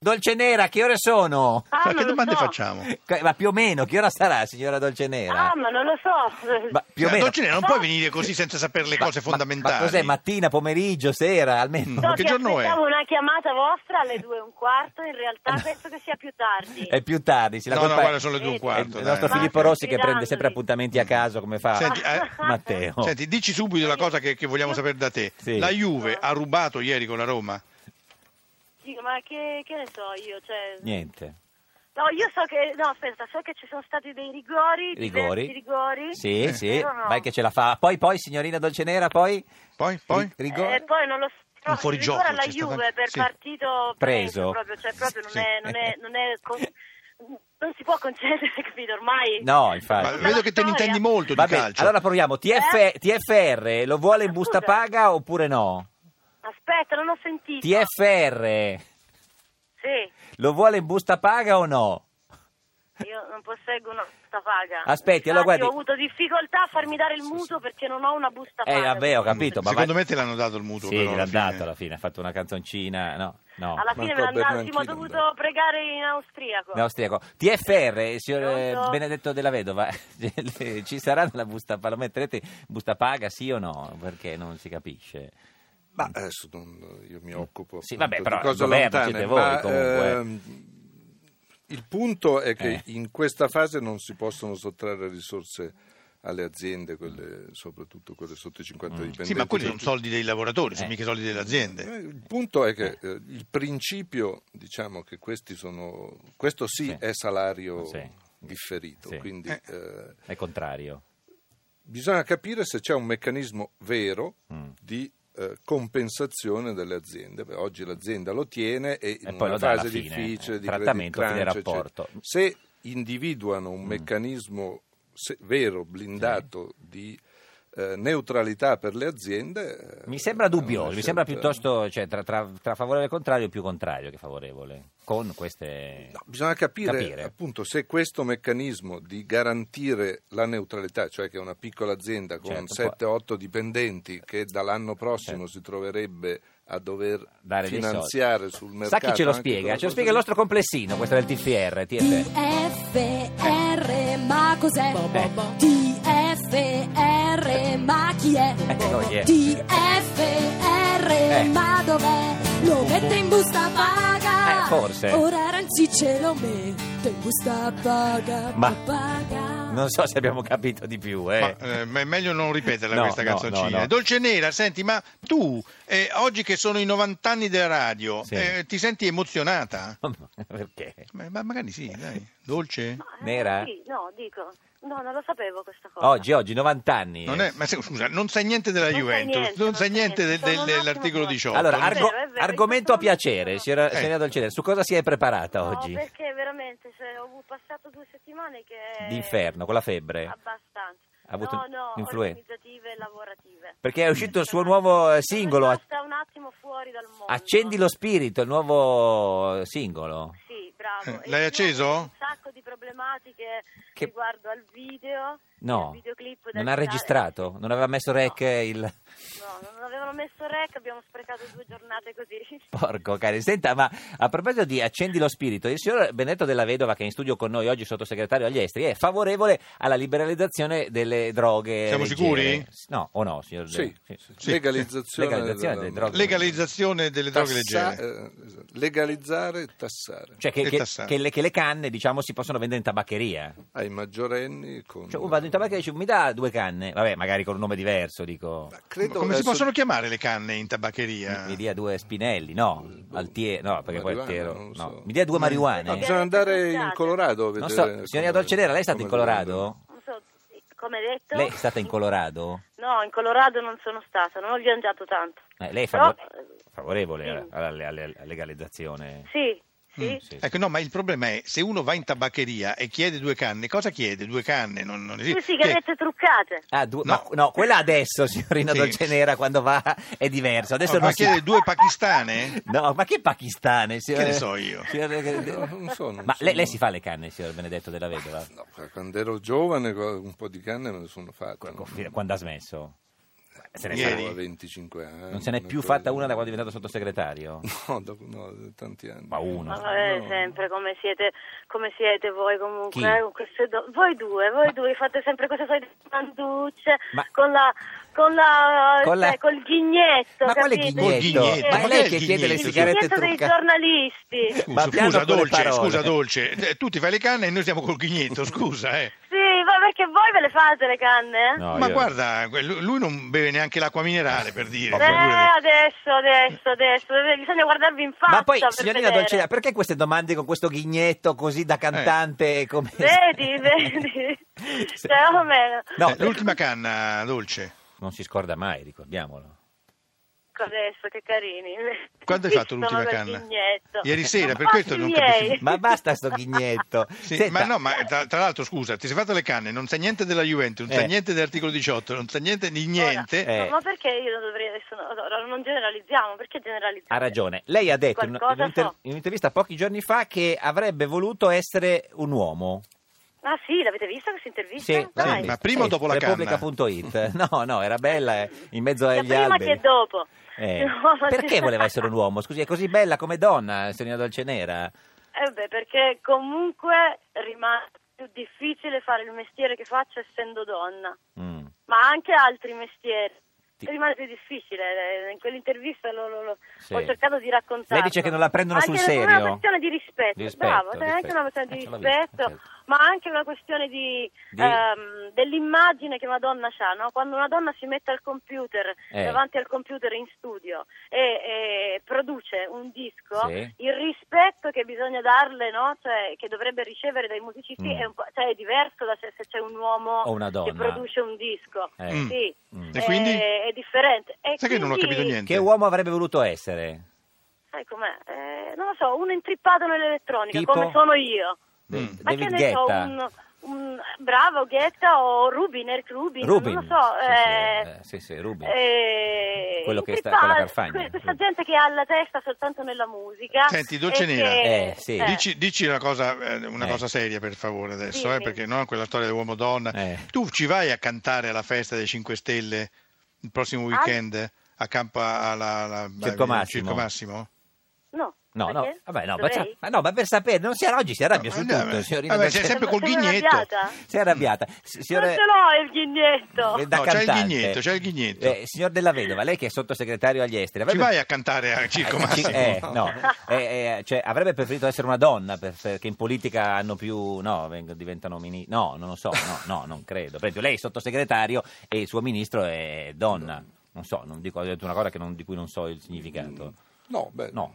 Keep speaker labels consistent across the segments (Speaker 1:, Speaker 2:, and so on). Speaker 1: Dolce Nera, che ore sono?
Speaker 2: Ah,
Speaker 3: Cioè,
Speaker 2: non
Speaker 3: che
Speaker 2: lo
Speaker 3: domande
Speaker 2: so.
Speaker 3: facciamo?
Speaker 1: Que- Ma più o meno, che ora sarà, signora Dolce Nera?
Speaker 2: Ah, ma non lo so.
Speaker 1: Ma più o
Speaker 3: Cioè,
Speaker 1: meno.
Speaker 3: Dolce Nera, non puoi venire così senza sapere le
Speaker 1: Ma-
Speaker 3: cose
Speaker 1: ma-
Speaker 3: fondamentali.
Speaker 1: Ma, cos'è, mattina, pomeriggio, sera, almeno?
Speaker 2: No,
Speaker 3: che
Speaker 2: ti
Speaker 3: giorno è?
Speaker 2: aspettavo una chiamata vostra alle due e un quarto, in realtà penso che sia più tardi.
Speaker 1: È più tardi, si la
Speaker 3: No,
Speaker 1: colpa
Speaker 3: no,
Speaker 1: è-
Speaker 3: guarda, sono le due e un
Speaker 1: è
Speaker 3: quarto.
Speaker 1: il
Speaker 3: dai.
Speaker 1: nostro
Speaker 2: Ma
Speaker 1: Filippo Rossi
Speaker 2: sto
Speaker 1: che prende sempre
Speaker 2: fidandomi.
Speaker 1: appunti a caso, come fa
Speaker 3: Senti, eh,
Speaker 1: Matteo.
Speaker 3: Senti, dici subito la cosa che, che vogliamo sapere da te.
Speaker 1: Sì.
Speaker 3: La Juve ha rubato ieri con la Roma?
Speaker 2: Sì, ma che, che ne so io, cioè...
Speaker 1: Niente.
Speaker 2: No, io so che... No, aspetta, so che ci sono stati dei rigori,
Speaker 1: Rigori.
Speaker 2: diversi rigori.
Speaker 1: Sì,
Speaker 3: Eh.
Speaker 1: sì,
Speaker 2: Però no.
Speaker 1: vai che ce la fa. Poi, poi, signorina Dolce Nera, poi?
Speaker 3: Poi? Poi?
Speaker 1: Ri-
Speaker 2: E
Speaker 1: rigore?
Speaker 2: Eh, poi non lo so.
Speaker 3: Un fuorigioco
Speaker 2: Rigore alla
Speaker 3: c'è stato
Speaker 2: Juve
Speaker 3: anche-
Speaker 2: per
Speaker 3: sì.
Speaker 2: partito
Speaker 1: Preso.
Speaker 2: preso, proprio, cioè proprio non
Speaker 3: Sì.
Speaker 2: è... Non, è, non, è con- non si può concedere, capito, ormai...
Speaker 1: No,
Speaker 3: Ma
Speaker 1: infatti.
Speaker 2: Tutta la
Speaker 3: vedo che te ne
Speaker 2: storia.
Speaker 3: intendi molto di
Speaker 1: Vabbè,
Speaker 3: calcio.
Speaker 1: allora proviamo. TF-
Speaker 2: Eh?
Speaker 1: TFR lo vuole in busta
Speaker 2: Scusa.
Speaker 1: paga oppure no?
Speaker 2: Aspetta, non ho sentito.
Speaker 1: TFR
Speaker 2: Sì,
Speaker 1: lo vuole in busta paga o no?
Speaker 2: io non posseggo una busta paga.
Speaker 1: Aspetti, allora
Speaker 2: Infatti,
Speaker 1: guardi-
Speaker 2: Ho avuto difficoltà a farmi dare il mutuo perché non ho una busta paga.
Speaker 1: Eh, vabbè, ho capito. Ma
Speaker 3: Secondo
Speaker 1: vai-
Speaker 3: me te l'hanno dato il mutuo.
Speaker 1: Sì,
Speaker 3: però,
Speaker 1: l'ha
Speaker 3: alla fine.
Speaker 1: dato alla fine, ha fatto una canzoncina, no, no.
Speaker 2: Alla fine me
Speaker 4: Manco
Speaker 2: l'hanno dato,
Speaker 4: Bernanchini
Speaker 2: sì, ma ho
Speaker 4: mi
Speaker 2: dovuto
Speaker 4: dà.
Speaker 2: pregare in austriaco.
Speaker 1: In austriaco. TFR, il signor eh,
Speaker 2: Pronto?
Speaker 1: Benedetto della Vedova, ci sarà nella busta paga? Lo metterete in busta paga, sì o no? Perché non si capisce.
Speaker 4: Ma adesso non- io mi occupo
Speaker 1: Mm. Sì,
Speaker 4: appunto
Speaker 1: vabbè, però
Speaker 4: di cose
Speaker 1: il governo
Speaker 4: lontane,
Speaker 1: siete voi,
Speaker 4: ma,
Speaker 1: comunque.
Speaker 4: ehm, il punto è che
Speaker 1: Eh.
Speaker 4: in questa fase non si possono sottrarre risorse alle aziende,
Speaker 1: Mm.
Speaker 4: quelle- soprattutto quelle sotto i 50 dipendenti.
Speaker 3: Sì, ma quelli sono soldi dei lavoratori, sono
Speaker 1: Eh.
Speaker 3: mica soldi delle aziende.
Speaker 4: Eh, Il punto è che eh, il principio, diciamo che questi sono, questo sì,
Speaker 1: Sì.
Speaker 4: è salario
Speaker 1: Sì.
Speaker 4: differito,
Speaker 1: Sì.
Speaker 4: quindi
Speaker 3: Eh.
Speaker 4: eh,
Speaker 1: È contrario.
Speaker 4: bisogna capire se c'è un meccanismo vero
Speaker 1: Mm.
Speaker 4: di eh, compensazione delle aziende. Beh, oggi l'azienda lo tiene e in
Speaker 1: poi lo
Speaker 4: una
Speaker 1: dà alla
Speaker 4: fase
Speaker 1: fine,
Speaker 4: difficile
Speaker 1: eh,
Speaker 4: di
Speaker 1: trattamento,
Speaker 4: credit crunch,
Speaker 1: fine rapporto. Mm.
Speaker 4: eccetera. Se individuano un meccanismo se- vero, blindato di eh, neutralità per le aziende eh, certo,
Speaker 1: Mi sembra
Speaker 4: è una
Speaker 1: dubbioso, mi sembra
Speaker 4: scelta-
Speaker 1: piuttosto cioè, tra, tra- tra favorevole e contrario più contrario che favorevole. Con queste...
Speaker 4: No, bisogna capire,
Speaker 1: Capire.
Speaker 4: appunto se questo meccanismo di garantire la neutralità, cioè che una piccola azienda con
Speaker 1: Certo,
Speaker 4: 7-8 dipendenti che dall'anno prossimo si troverebbe a dover
Speaker 1: Dare dei soldi.
Speaker 4: finanziare sul mercato.
Speaker 1: Sa chi ce lo
Speaker 4: anche
Speaker 1: spiega?
Speaker 4: quella
Speaker 1: Ce lo
Speaker 4: cosa
Speaker 1: spiega il nostro complessino, questo del TFR. TFR.
Speaker 5: TFR, ma cos'è?
Speaker 1: Eh.
Speaker 5: TFR, ma chi è?
Speaker 1: Eh, no, chi è?
Speaker 5: TFR,
Speaker 1: Eh.
Speaker 5: ma dov'è? Lo mette in busta paga.
Speaker 1: Eh, forse.
Speaker 5: Ora Renzi ce lo mette in busta paga.
Speaker 1: Ma-
Speaker 5: paga.
Speaker 1: Non so se abbiamo capito di più. Eh.
Speaker 3: Ma, eh, ma è meglio non ripeterla
Speaker 1: No,
Speaker 3: questa
Speaker 1: no,
Speaker 3: canzoncina.
Speaker 1: no, no.
Speaker 3: Dolce Nera, senti, ma tu, eh, oggi che sono i 90 anni della radio,
Speaker 1: Sì.
Speaker 3: eh, ti senti emozionata?
Speaker 1: Perché?
Speaker 3: Ma, ma magari sì, dai. Dolce?
Speaker 2: Eh,
Speaker 1: Nera?
Speaker 2: Sì, no, dico. No, non lo sapevo questa cosa.
Speaker 1: Oggi, oggi, 90 anni.
Speaker 3: Non è- ma se- scusa, non sai niente della
Speaker 2: Non sai
Speaker 3: Juventus,
Speaker 2: niente,
Speaker 3: non
Speaker 2: non
Speaker 3: sai
Speaker 2: sai
Speaker 3: niente
Speaker 2: niente.
Speaker 3: del-
Speaker 2: Sono un
Speaker 3: del-
Speaker 2: attimo
Speaker 3: dell'articolo
Speaker 2: qua.
Speaker 3: 18.
Speaker 1: Allora,
Speaker 3: non-
Speaker 2: argo-
Speaker 1: argo-
Speaker 2: vero, è vero,
Speaker 1: argomento a
Speaker 2: questo non lo
Speaker 1: piacere,
Speaker 2: sapevo.
Speaker 1: signora,
Speaker 3: Eh.
Speaker 1: signora Dolcine, su cosa si è preparata
Speaker 2: No,
Speaker 1: oggi?
Speaker 2: perché veramente, cioè, ho passato due settimane che...
Speaker 1: D'inferno, con la febbre.
Speaker 2: Abbastanza.
Speaker 1: Ha avuto
Speaker 2: no, no,
Speaker 1: influenza.
Speaker 2: organizzative e lavorative.
Speaker 1: Perché è uscito il suo nuovo eh, singolo, a-
Speaker 2: Sta un attimo fuori dal mondo.
Speaker 1: Accendi lo spirito, il nuovo eh, singolo.
Speaker 2: Sì, bravo.
Speaker 3: Eh,
Speaker 2: E
Speaker 3: l'hai
Speaker 2: io
Speaker 3: acceso?
Speaker 2: ho Un sacco di problematiche
Speaker 1: Che-
Speaker 2: riguardo al video. al
Speaker 1: No,
Speaker 2: videoclip da
Speaker 1: non ha
Speaker 2: girare.
Speaker 1: registrato, non aveva messo rec il...
Speaker 2: No, non avevano messo rec, abbiamo sprecato due giornate così.
Speaker 1: Porco cane, senta, ma a proposito di accendi lo spirito, il signor Benetto della Vedova, che è in studio con noi oggi, sottosegretario agli esteri, è favorevole alla liberalizzazione delle droghe.
Speaker 3: Siamo
Speaker 1: leggere.
Speaker 3: sicuri?
Speaker 1: No, o no, signor
Speaker 4: Sì,
Speaker 1: Sì.
Speaker 4: sì. legalizzazione,
Speaker 1: Legalizzazione delle droghe.
Speaker 3: Legalizzazione delle droghe
Speaker 4: Tassa-
Speaker 3: leggere.
Speaker 4: eh, esatto. legalizzare e tassare
Speaker 1: Cioè che,
Speaker 3: E
Speaker 1: che-
Speaker 3: tassare.
Speaker 1: che le, che le canne, diciamo, si possono vendere in tabaccheria.
Speaker 4: ai maggiorenni con...
Speaker 1: Cioè, uno vado in tabaccheria e dice, mi dà due canne? Vabbè, magari con un nome diverso, dico...
Speaker 4: Credo
Speaker 3: Come si
Speaker 4: adesso-
Speaker 1: Eh,
Speaker 3: possono chiamare le canne in tabaccheria?
Speaker 1: Mi dia due spinelli, no, al tie- no, perché poi il
Speaker 4: Boh,
Speaker 1: tiero,
Speaker 4: Marijuana, non lo
Speaker 1: no.
Speaker 4: so.
Speaker 1: Mi dia due marijuane?
Speaker 4: No, bisogna andare in Colorado a
Speaker 1: non
Speaker 4: vedere
Speaker 1: so, signorina
Speaker 4: come-
Speaker 1: Dolce Nera, lei è stata in
Speaker 4: come
Speaker 1: Colorado?
Speaker 2: Non so, come detto...
Speaker 1: Lei è stata in Colorado?
Speaker 2: No, in Colorado non sono stata, non ho viaggiato tanto.
Speaker 1: Eh, lei è
Speaker 2: Però,
Speaker 1: favore- favorevole
Speaker 2: sì.
Speaker 1: alla, alla- alla- alla legalizzazione?
Speaker 2: Sì, sì.
Speaker 1: Mm, Sì, sì.
Speaker 3: Ecco, no, ma il problema è se uno va in tabaccheria e chiede due canne, cosa chiede? Due canne? Non, non
Speaker 2: Due
Speaker 3: esiste. Cioè,
Speaker 2: sigarette truccate.
Speaker 1: Ah, due-
Speaker 3: No.
Speaker 1: ma- no, quella adesso, signorina
Speaker 3: Sì.
Speaker 1: Dolce Nera, quando va è diverso. Adesso
Speaker 3: Oh, ma
Speaker 1: non si-
Speaker 3: chiede due pakistane?
Speaker 1: No, ma che pakistane? signor-
Speaker 3: ne so io?
Speaker 1: signor-
Speaker 4: No, Eh, non so, non
Speaker 1: ma
Speaker 4: so.
Speaker 1: lei, lei si fa le canne, signor Benedetto della Vedova?
Speaker 4: No, quando ero giovane un po' di canne me ne sono fatte.
Speaker 1: Fino- Quando ha smesso? Se ne
Speaker 4: Io
Speaker 3: Ieri.
Speaker 4: ero a 25 anni.
Speaker 1: Non se n'è più
Speaker 4: cose-
Speaker 1: fatta una da quando è diventato sottosegretario?
Speaker 3: Eh,
Speaker 4: No, dopo, no, tanti anni.
Speaker 1: Ma uno.
Speaker 2: Ma vabbè, Ah, eh, sempre come siete, come siete voi comunque,
Speaker 1: Chi?
Speaker 2: eh, con queste do- voi due, voi due fate sempre queste solite manducce
Speaker 1: Ma-
Speaker 2: con la con la,
Speaker 1: Con la-
Speaker 2: cioè, col ghignetto,
Speaker 1: Ma quale
Speaker 2: capite?
Speaker 1: ghignetto?
Speaker 3: ghignetto,
Speaker 1: Ma è
Speaker 3: ma
Speaker 1: lei
Speaker 3: che
Speaker 1: che chiede le
Speaker 3: ghignetto?
Speaker 2: Il
Speaker 1: sigarette
Speaker 2: ghignetto dei
Speaker 1: truccate?
Speaker 2: giornalisti.
Speaker 3: Scusa,
Speaker 1: Ma piano
Speaker 3: scusa
Speaker 1: con le
Speaker 3: dolce,
Speaker 1: parole.
Speaker 3: scusa dolce. Eh, Tu ti fai le canne e noi stiamo col ghignetto, scusa, eh.
Speaker 2: Sì, ma perché voi ve le fate le canne? eh?
Speaker 1: No,
Speaker 3: Ma
Speaker 1: io-
Speaker 3: guarda, que- lu- lui non beve neanche l'acqua minerale per dire.
Speaker 2: Eh,
Speaker 3: figurati.
Speaker 2: adesso, adesso, adesso, bisogna guardarvi in faccia
Speaker 1: Ma poi,
Speaker 2: per
Speaker 1: signorina
Speaker 2: vedere.
Speaker 1: Dolcina, perché queste domande con questo ghignetto così
Speaker 3: Eh.
Speaker 1: da cantante? Come...
Speaker 2: Vedi, vedi. Cioè, o meno.
Speaker 1: No,
Speaker 3: Eh, l'ultima canna dolce.
Speaker 1: Non si scorda mai, ricordiamolo.
Speaker 2: Adesso, che carini.
Speaker 3: Quando hai fatto l'ultima
Speaker 2: Sono del
Speaker 3: canna?
Speaker 2: Ghignetto.
Speaker 3: Ieri sera, per
Speaker 2: Fatti
Speaker 3: questo non
Speaker 2: miei.
Speaker 3: capisci.
Speaker 1: Ma basta sto ghignetto.
Speaker 3: Sì,
Speaker 1: Senta,
Speaker 3: ma no, ma tra, tra l'altro, scusa, ti sei fatta le canne, non sai niente della Juventus, non
Speaker 1: Eh.
Speaker 3: sai niente dell'articolo 18, non sai niente di niente.
Speaker 1: Eh.
Speaker 2: Ma perché io non dovrei adesso no, no, non generalizziamo? Perché generalizziamo?
Speaker 1: Ha ragione. Lei ha detto in,
Speaker 2: Qualcosa
Speaker 1: in un'inter-
Speaker 2: so.
Speaker 1: in un'intervista pochi giorni fa che avrebbe voluto essere un uomo.
Speaker 2: Ah sì, l'avete vista questa intervista?
Speaker 1: Sì, Eh,
Speaker 2: Dai.
Speaker 3: ma prima o dopo la canna?
Speaker 1: Repubblica.it. No, no, era bella eh, in mezzo
Speaker 2: Sia
Speaker 1: agli
Speaker 2: prima
Speaker 1: alberi.
Speaker 2: che dopo.
Speaker 1: Eh,
Speaker 2: No, ma-
Speaker 1: Perché voleva essere un uomo? Scusi, è così bella come donna, signorina Dolcenera.
Speaker 2: Eh beh, perché comunque rimane più difficile fare il mestiere che faccio essendo donna,
Speaker 1: Mm.
Speaker 2: ma anche altri mestieri.
Speaker 1: Ti-
Speaker 2: Rimane più difficile, eh, in quell'intervista lo- lo- lo-
Speaker 1: Sì.
Speaker 2: ho cercato di raccontare.
Speaker 1: Lei dice che non la prendono sul
Speaker 2: È
Speaker 1: serio.
Speaker 2: una questione di rispetto,
Speaker 1: Di rispetto,
Speaker 2: bravo, è anche
Speaker 1: rispetto.
Speaker 2: una questione di
Speaker 1: Eh, ce l'ho
Speaker 2: rispetto,
Speaker 1: vista, certo.
Speaker 2: ma anche una questione di,
Speaker 1: Di-
Speaker 2: ehm, dell'immagine che una donna ha, no? Quando una donna si mette al computer,
Speaker 1: Eh.
Speaker 2: davanti al computer in studio e, e produce un disco,
Speaker 1: Sì.
Speaker 2: il rispetto che bisogna darle, no? Cioè, che dovrebbe ricevere dai musicisti
Speaker 1: Mm.
Speaker 2: è, un po', cioè, è diverso da se, se c'è un uomo
Speaker 1: O una
Speaker 2: che
Speaker 1: donna.
Speaker 2: produce un disco.
Speaker 1: Eh.
Speaker 3: Mm.
Speaker 2: Sì.
Speaker 1: Mm.
Speaker 3: E quindi?
Speaker 2: È, è differente. E
Speaker 3: Sai che non ho
Speaker 2: quindi-
Speaker 3: capito niente.
Speaker 1: Che uomo avrebbe voluto essere?
Speaker 2: Sai com'è? Eh, non lo so, uno intrippato nell'elettronica,
Speaker 1: Tipo?
Speaker 2: come sono io.
Speaker 1: De-
Speaker 3: Mm.
Speaker 2: Ma
Speaker 1: David
Speaker 2: che ne
Speaker 1: Guetta.
Speaker 2: so, un, un- bravo Ghetta o Rubin, Eric Rubin,
Speaker 1: Rubin.
Speaker 2: non lo so.
Speaker 1: Sì, sì, eh,
Speaker 2: eh,
Speaker 1: sì, sì, Rubin.
Speaker 2: eh,
Speaker 1: Quello che sta-
Speaker 2: intrippato,
Speaker 1: con la Carfagna,
Speaker 2: que- Questa
Speaker 1: Rubin.
Speaker 2: gente che ha la testa soltanto nella musica.
Speaker 3: Senti, Dolce
Speaker 2: e
Speaker 3: Nera.
Speaker 2: che-
Speaker 1: Eh, sì.
Speaker 3: Dici, dici una, cosa, eh, una
Speaker 1: Eh.
Speaker 3: cosa seria per favore adesso, eh,
Speaker 2: Dimmi.
Speaker 3: perché non quella storia dell'uomo-donna.
Speaker 1: Eh.
Speaker 3: Tu ci vai a cantare alla festa dei 5 Stelle il prossimo
Speaker 2: Ah.
Speaker 3: weekend a campo alla, alla-
Speaker 1: Circo
Speaker 3: al
Speaker 1: Massimo.
Speaker 3: Circo Massimo?
Speaker 2: No,
Speaker 1: No, no,
Speaker 2: perché?
Speaker 1: vabbè, no, ma,
Speaker 2: Dovrei?
Speaker 1: sa- ma no, ma per sapere, non si arrabbi, oggi si arrabbia
Speaker 3: No,
Speaker 1: su
Speaker 3: ma no,
Speaker 1: tutto,
Speaker 3: ma-
Speaker 1: signorina
Speaker 3: vabbè, c'è
Speaker 1: Dolcenera.
Speaker 3: sempre col
Speaker 2: Sono
Speaker 3: ghignetto.
Speaker 2: arrabbiata?
Speaker 1: Si è arrabbiata. Si-
Speaker 2: Non
Speaker 1: signore-
Speaker 2: ce l'ho il ghignetto.
Speaker 1: eh, da
Speaker 3: No, c'è il
Speaker 1: cantante.
Speaker 3: ghignetto, c'è il ghignetto.
Speaker 1: Eh, signor Della Vedova, lei che è sottosegretario agli esteri,
Speaker 3: Ci vai a cantare al Circo
Speaker 1: Eh,
Speaker 3: Massimo?
Speaker 1: ci- eh, no. Eh, eh, cioè, avrebbe preferito essere una donna per- perché in politica hanno più. No, veng- diventano ministri. No, non lo so, no, no, non credo. Per esempio, lei è sottosegretario e il suo ministro è donna. Non so, non dico, ho detto una cosa che non- di cui non so il significato.
Speaker 4: No, beh,
Speaker 1: No.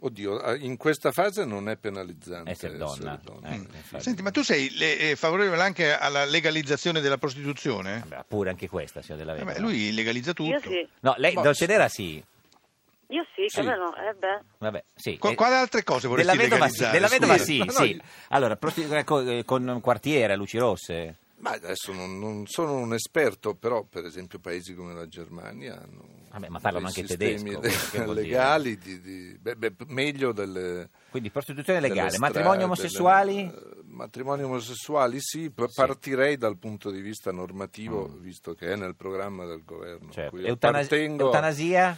Speaker 4: Oddio, eh, in questa fase non è penalizzante
Speaker 1: Essere donna. Eh,
Speaker 4: Mm.
Speaker 1: infatti.
Speaker 3: Senti, ma tu sei le- eh, favorevole anche alla legalizzazione della prostituzione?
Speaker 1: Vabbè, pure anche questa, signor Della
Speaker 4: Eh,
Speaker 1: Vedova.
Speaker 3: Vabbè, lui legalizza tutto.
Speaker 2: Io sì,
Speaker 1: No, lei,
Speaker 4: Ma-
Speaker 1: Dolce Nera, sì.
Speaker 2: io sì,
Speaker 4: Sì.
Speaker 2: come no? Eh beh.
Speaker 1: Vabbè, sì.
Speaker 3: Qu-
Speaker 1: Eh,
Speaker 3: quali altre cose vorresti
Speaker 1: della vedova, sì,
Speaker 3: legalizzare?
Speaker 1: della vedova
Speaker 3: scusa?
Speaker 1: sì,
Speaker 4: Ma no,
Speaker 1: sì.
Speaker 4: io-
Speaker 1: Allora, prosti- eh, co- eh, con un quartiere, luci rosse.
Speaker 4: Ma adesso non, non sono un esperto, però per esempio paesi come la Germania hanno
Speaker 1: Vabbè, ma parlano
Speaker 4: dei
Speaker 1: anche
Speaker 4: sistemi
Speaker 1: tedesco,
Speaker 4: de-
Speaker 1: che vuol dire?
Speaker 4: legali, di- di- beh, beh, meglio delle...
Speaker 1: Quindi prostituzione
Speaker 4: delle
Speaker 1: legale,
Speaker 4: strade,
Speaker 1: matrimoni omosessuali?
Speaker 4: delle- eh, matrimoni omosessuali sì, p- partirei dal punto di vista normativo, visto che è nel programma del governo. a
Speaker 1: Mm. Certo.
Speaker 4: cui
Speaker 1: Eutana-
Speaker 4: appartengo.
Speaker 1: eutanasia?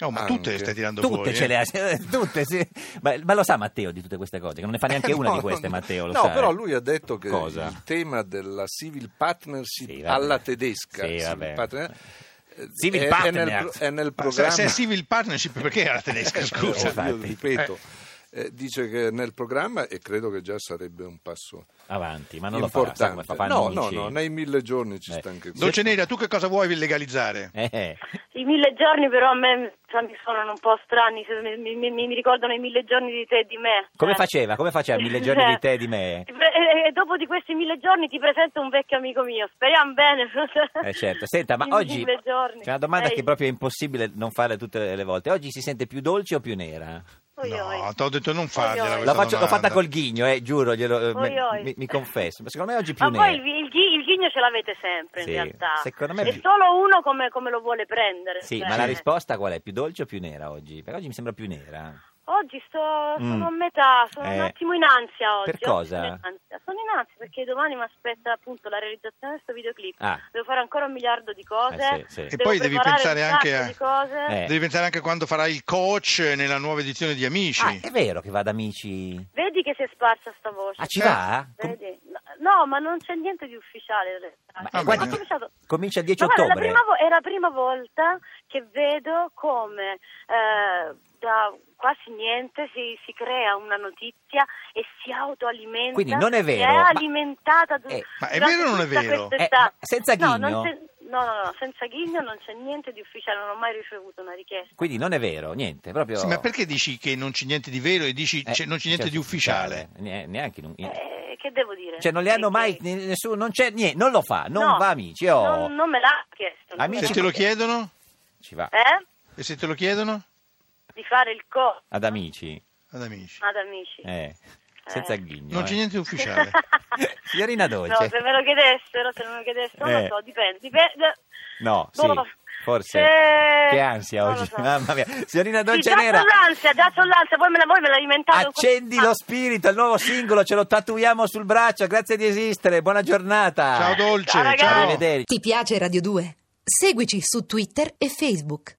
Speaker 3: No, Oh, ma tutte le
Speaker 4: Anche.
Speaker 3: stai tirando
Speaker 1: Tutte
Speaker 3: fuori.
Speaker 1: ce
Speaker 3: eh.
Speaker 1: le ha, tutte, sì. Ma, ma lo sa Matteo di tutte queste cose, che non ne fa neanche una
Speaker 4: Eh, No,
Speaker 1: di queste,
Speaker 4: non-
Speaker 1: Matteo, lo
Speaker 4: no,
Speaker 1: sa.
Speaker 4: però
Speaker 1: eh.
Speaker 4: lui ha detto che
Speaker 1: Cosa?
Speaker 4: il tema della civil partnership
Speaker 1: Sì, vabbè.
Speaker 4: alla tedesca
Speaker 1: Sì,
Speaker 4: civil
Speaker 1: vabbè.
Speaker 4: partner- eh,
Speaker 1: Civil
Speaker 4: è, è
Speaker 1: partner.
Speaker 4: nel, pro- è nel
Speaker 3: Ma se,
Speaker 4: programma Eh,
Speaker 3: se è civil partnership, perché era tedesca? Scusa.
Speaker 4: io
Speaker 1: infatti.
Speaker 4: ripeto eh, dice che è nel programma e credo che già sarebbe un passo
Speaker 1: Avanti, ma non lo farà, sa come
Speaker 4: importante
Speaker 1: fa, Eh. fa
Speaker 4: no no
Speaker 1: annunci.
Speaker 4: no nei mille giorni ci
Speaker 1: Beh.
Speaker 4: sta anche questo
Speaker 3: Dolce Nera, tu che cosa vuoi legalizzare?
Speaker 1: Eh, eh.
Speaker 2: I mille giorni però a me cioè, mi suonano un po' strani, se- mi, mi- mi- mi ricordano i mille giorni di te e di me.
Speaker 1: Come
Speaker 2: Eh.
Speaker 1: faceva? Come faceva Cioè, mille giorni di te e di me?
Speaker 2: Ti pre- E e dopo di questi mille giorni ti presento un vecchio amico mio, speriamo bene.
Speaker 1: Eh certo, senta, ma
Speaker 2: I
Speaker 1: oggi
Speaker 2: mille giorni. Eh,
Speaker 1: c'è una domanda
Speaker 2: Ehi,
Speaker 1: che proprio è impossibile non fare tutte le volte. Oggi si sente più dolce o più nera?
Speaker 2: oi, oi.
Speaker 3: No, ti ho detto non
Speaker 2: Oi,
Speaker 3: fargliela
Speaker 2: oi.
Speaker 1: La
Speaker 3: questa
Speaker 1: faccio, l'ho fatta
Speaker 3: domanda.
Speaker 1: col ghigno, eh, giuro, glielo-
Speaker 2: Oi,
Speaker 1: me-
Speaker 2: oi.
Speaker 1: mi, mi confesso. Ma secondo me oggi più
Speaker 2: Ma
Speaker 1: nera.
Speaker 2: poi il, il ghi- il ghigno ce l'avete sempre
Speaker 1: Sì,
Speaker 2: in realtà.
Speaker 1: secondo me
Speaker 2: È
Speaker 1: vi-
Speaker 2: solo uno come, come lo vuole prendere.
Speaker 1: Sì,
Speaker 2: cioè.
Speaker 1: ma la risposta qual è? Più dolce o più nera oggi? Perché oggi mi sembra più nera.
Speaker 2: Oggi sto,
Speaker 1: Mm.
Speaker 2: sono a metà, sono un
Speaker 1: Eh.
Speaker 2: attimo in ansia oggi.
Speaker 1: Per
Speaker 2: oggi
Speaker 1: cosa?
Speaker 2: Sono in, ansia. sono in ansia perché domani mi aspetta appunto la realizzazione di questo videoclip.
Speaker 1: Ah.
Speaker 2: Devo fare ancora un miliardo di cose.
Speaker 1: Eh, sì, sì. E
Speaker 2: devo
Speaker 3: poi devi
Speaker 2: preparare
Speaker 3: pensare
Speaker 2: un
Speaker 3: anche
Speaker 2: sacco
Speaker 3: a-
Speaker 2: di cose.
Speaker 1: Eh.
Speaker 3: Devi pensare anche a quando farai il coach nella nuova edizione di Amici.
Speaker 1: Ah,
Speaker 2: eh.
Speaker 1: è vero che va ad amici.
Speaker 2: Vedi che si è sparsa sta voce.
Speaker 1: Ah, ci
Speaker 3: Eh.
Speaker 1: va? Com-
Speaker 2: Vedi? No, ma non c'è niente di ufficiale. in realtà.
Speaker 1: Ma,
Speaker 3: Ah,
Speaker 1: guardi,
Speaker 3: beh.
Speaker 2: Ho cominciato-
Speaker 1: comincia il 10
Speaker 2: Ma guarda,
Speaker 1: ottobre.
Speaker 2: la prima vo- è la prima volta che vedo come eh, da quasi niente si, si crea una notizia e si autoalimenta.
Speaker 1: Quindi non è vero,
Speaker 2: È
Speaker 1: ma-
Speaker 2: alimentata. du-
Speaker 1: Eh.
Speaker 3: Ma è
Speaker 2: durante
Speaker 3: vero o non è
Speaker 2: tutta
Speaker 3: vero?
Speaker 2: questa
Speaker 1: Eh,
Speaker 2: età.
Speaker 1: ma senza
Speaker 2: No,
Speaker 1: ghigno?
Speaker 2: non c'è- No, no, no, senza ghigno non c'è niente di ufficiale, non ho mai ricevuto una richiesta.
Speaker 1: Quindi non è vero, niente, proprio...
Speaker 3: Sì, ma perché dici che non c'è niente di vero e dici
Speaker 1: Eh,
Speaker 3: c'è- non c'è niente di ufficiale?
Speaker 1: Ne- Neanche... in un-
Speaker 2: Eh, che devo dire?
Speaker 1: Cioè non li hanno mai...
Speaker 2: Perché-
Speaker 1: Nessuno, non c'è niente, non lo fa, non
Speaker 2: No,
Speaker 1: va amici. oh.
Speaker 2: Non, non me l'ha chiesto. non
Speaker 1: Amici-
Speaker 3: Se
Speaker 2: me
Speaker 3: te lo chiedono?
Speaker 1: Ci va.
Speaker 2: l'ha- Eh?
Speaker 3: E se te lo chiedono?
Speaker 2: Di fare il co
Speaker 1: Ad amici.
Speaker 3: Ad amici.
Speaker 2: ad amici.
Speaker 1: Eh, senza ghigno.
Speaker 3: Non c'è
Speaker 1: eh.
Speaker 3: niente di ufficiale.
Speaker 1: Signorina Dolce.
Speaker 2: No, se me lo chiedessero, se non me lo chiedessero, non
Speaker 1: Eh.
Speaker 2: lo so, dipende. dipende.
Speaker 1: No, sì,
Speaker 2: Boh.
Speaker 1: forse.
Speaker 2: Eh,
Speaker 1: Che ansia
Speaker 2: non lo
Speaker 1: oggi,
Speaker 2: so.
Speaker 1: mamma mia. Signorina Dolce
Speaker 2: sì, già
Speaker 1: Nera,
Speaker 2: Già l'ansia, già sono l'ansia, voi me la, voi me la alimentate. con-
Speaker 1: accendi lo spirito, il nuovo singolo, ce lo tatuiamo sul braccio, grazie di esistere, buona giornata.
Speaker 3: Ciao Dolce,
Speaker 2: Ciao, ragazzi.
Speaker 3: ciao.
Speaker 1: Arrivederci.
Speaker 5: Ti piace Radio 2? Seguici su Twitter e Facebook.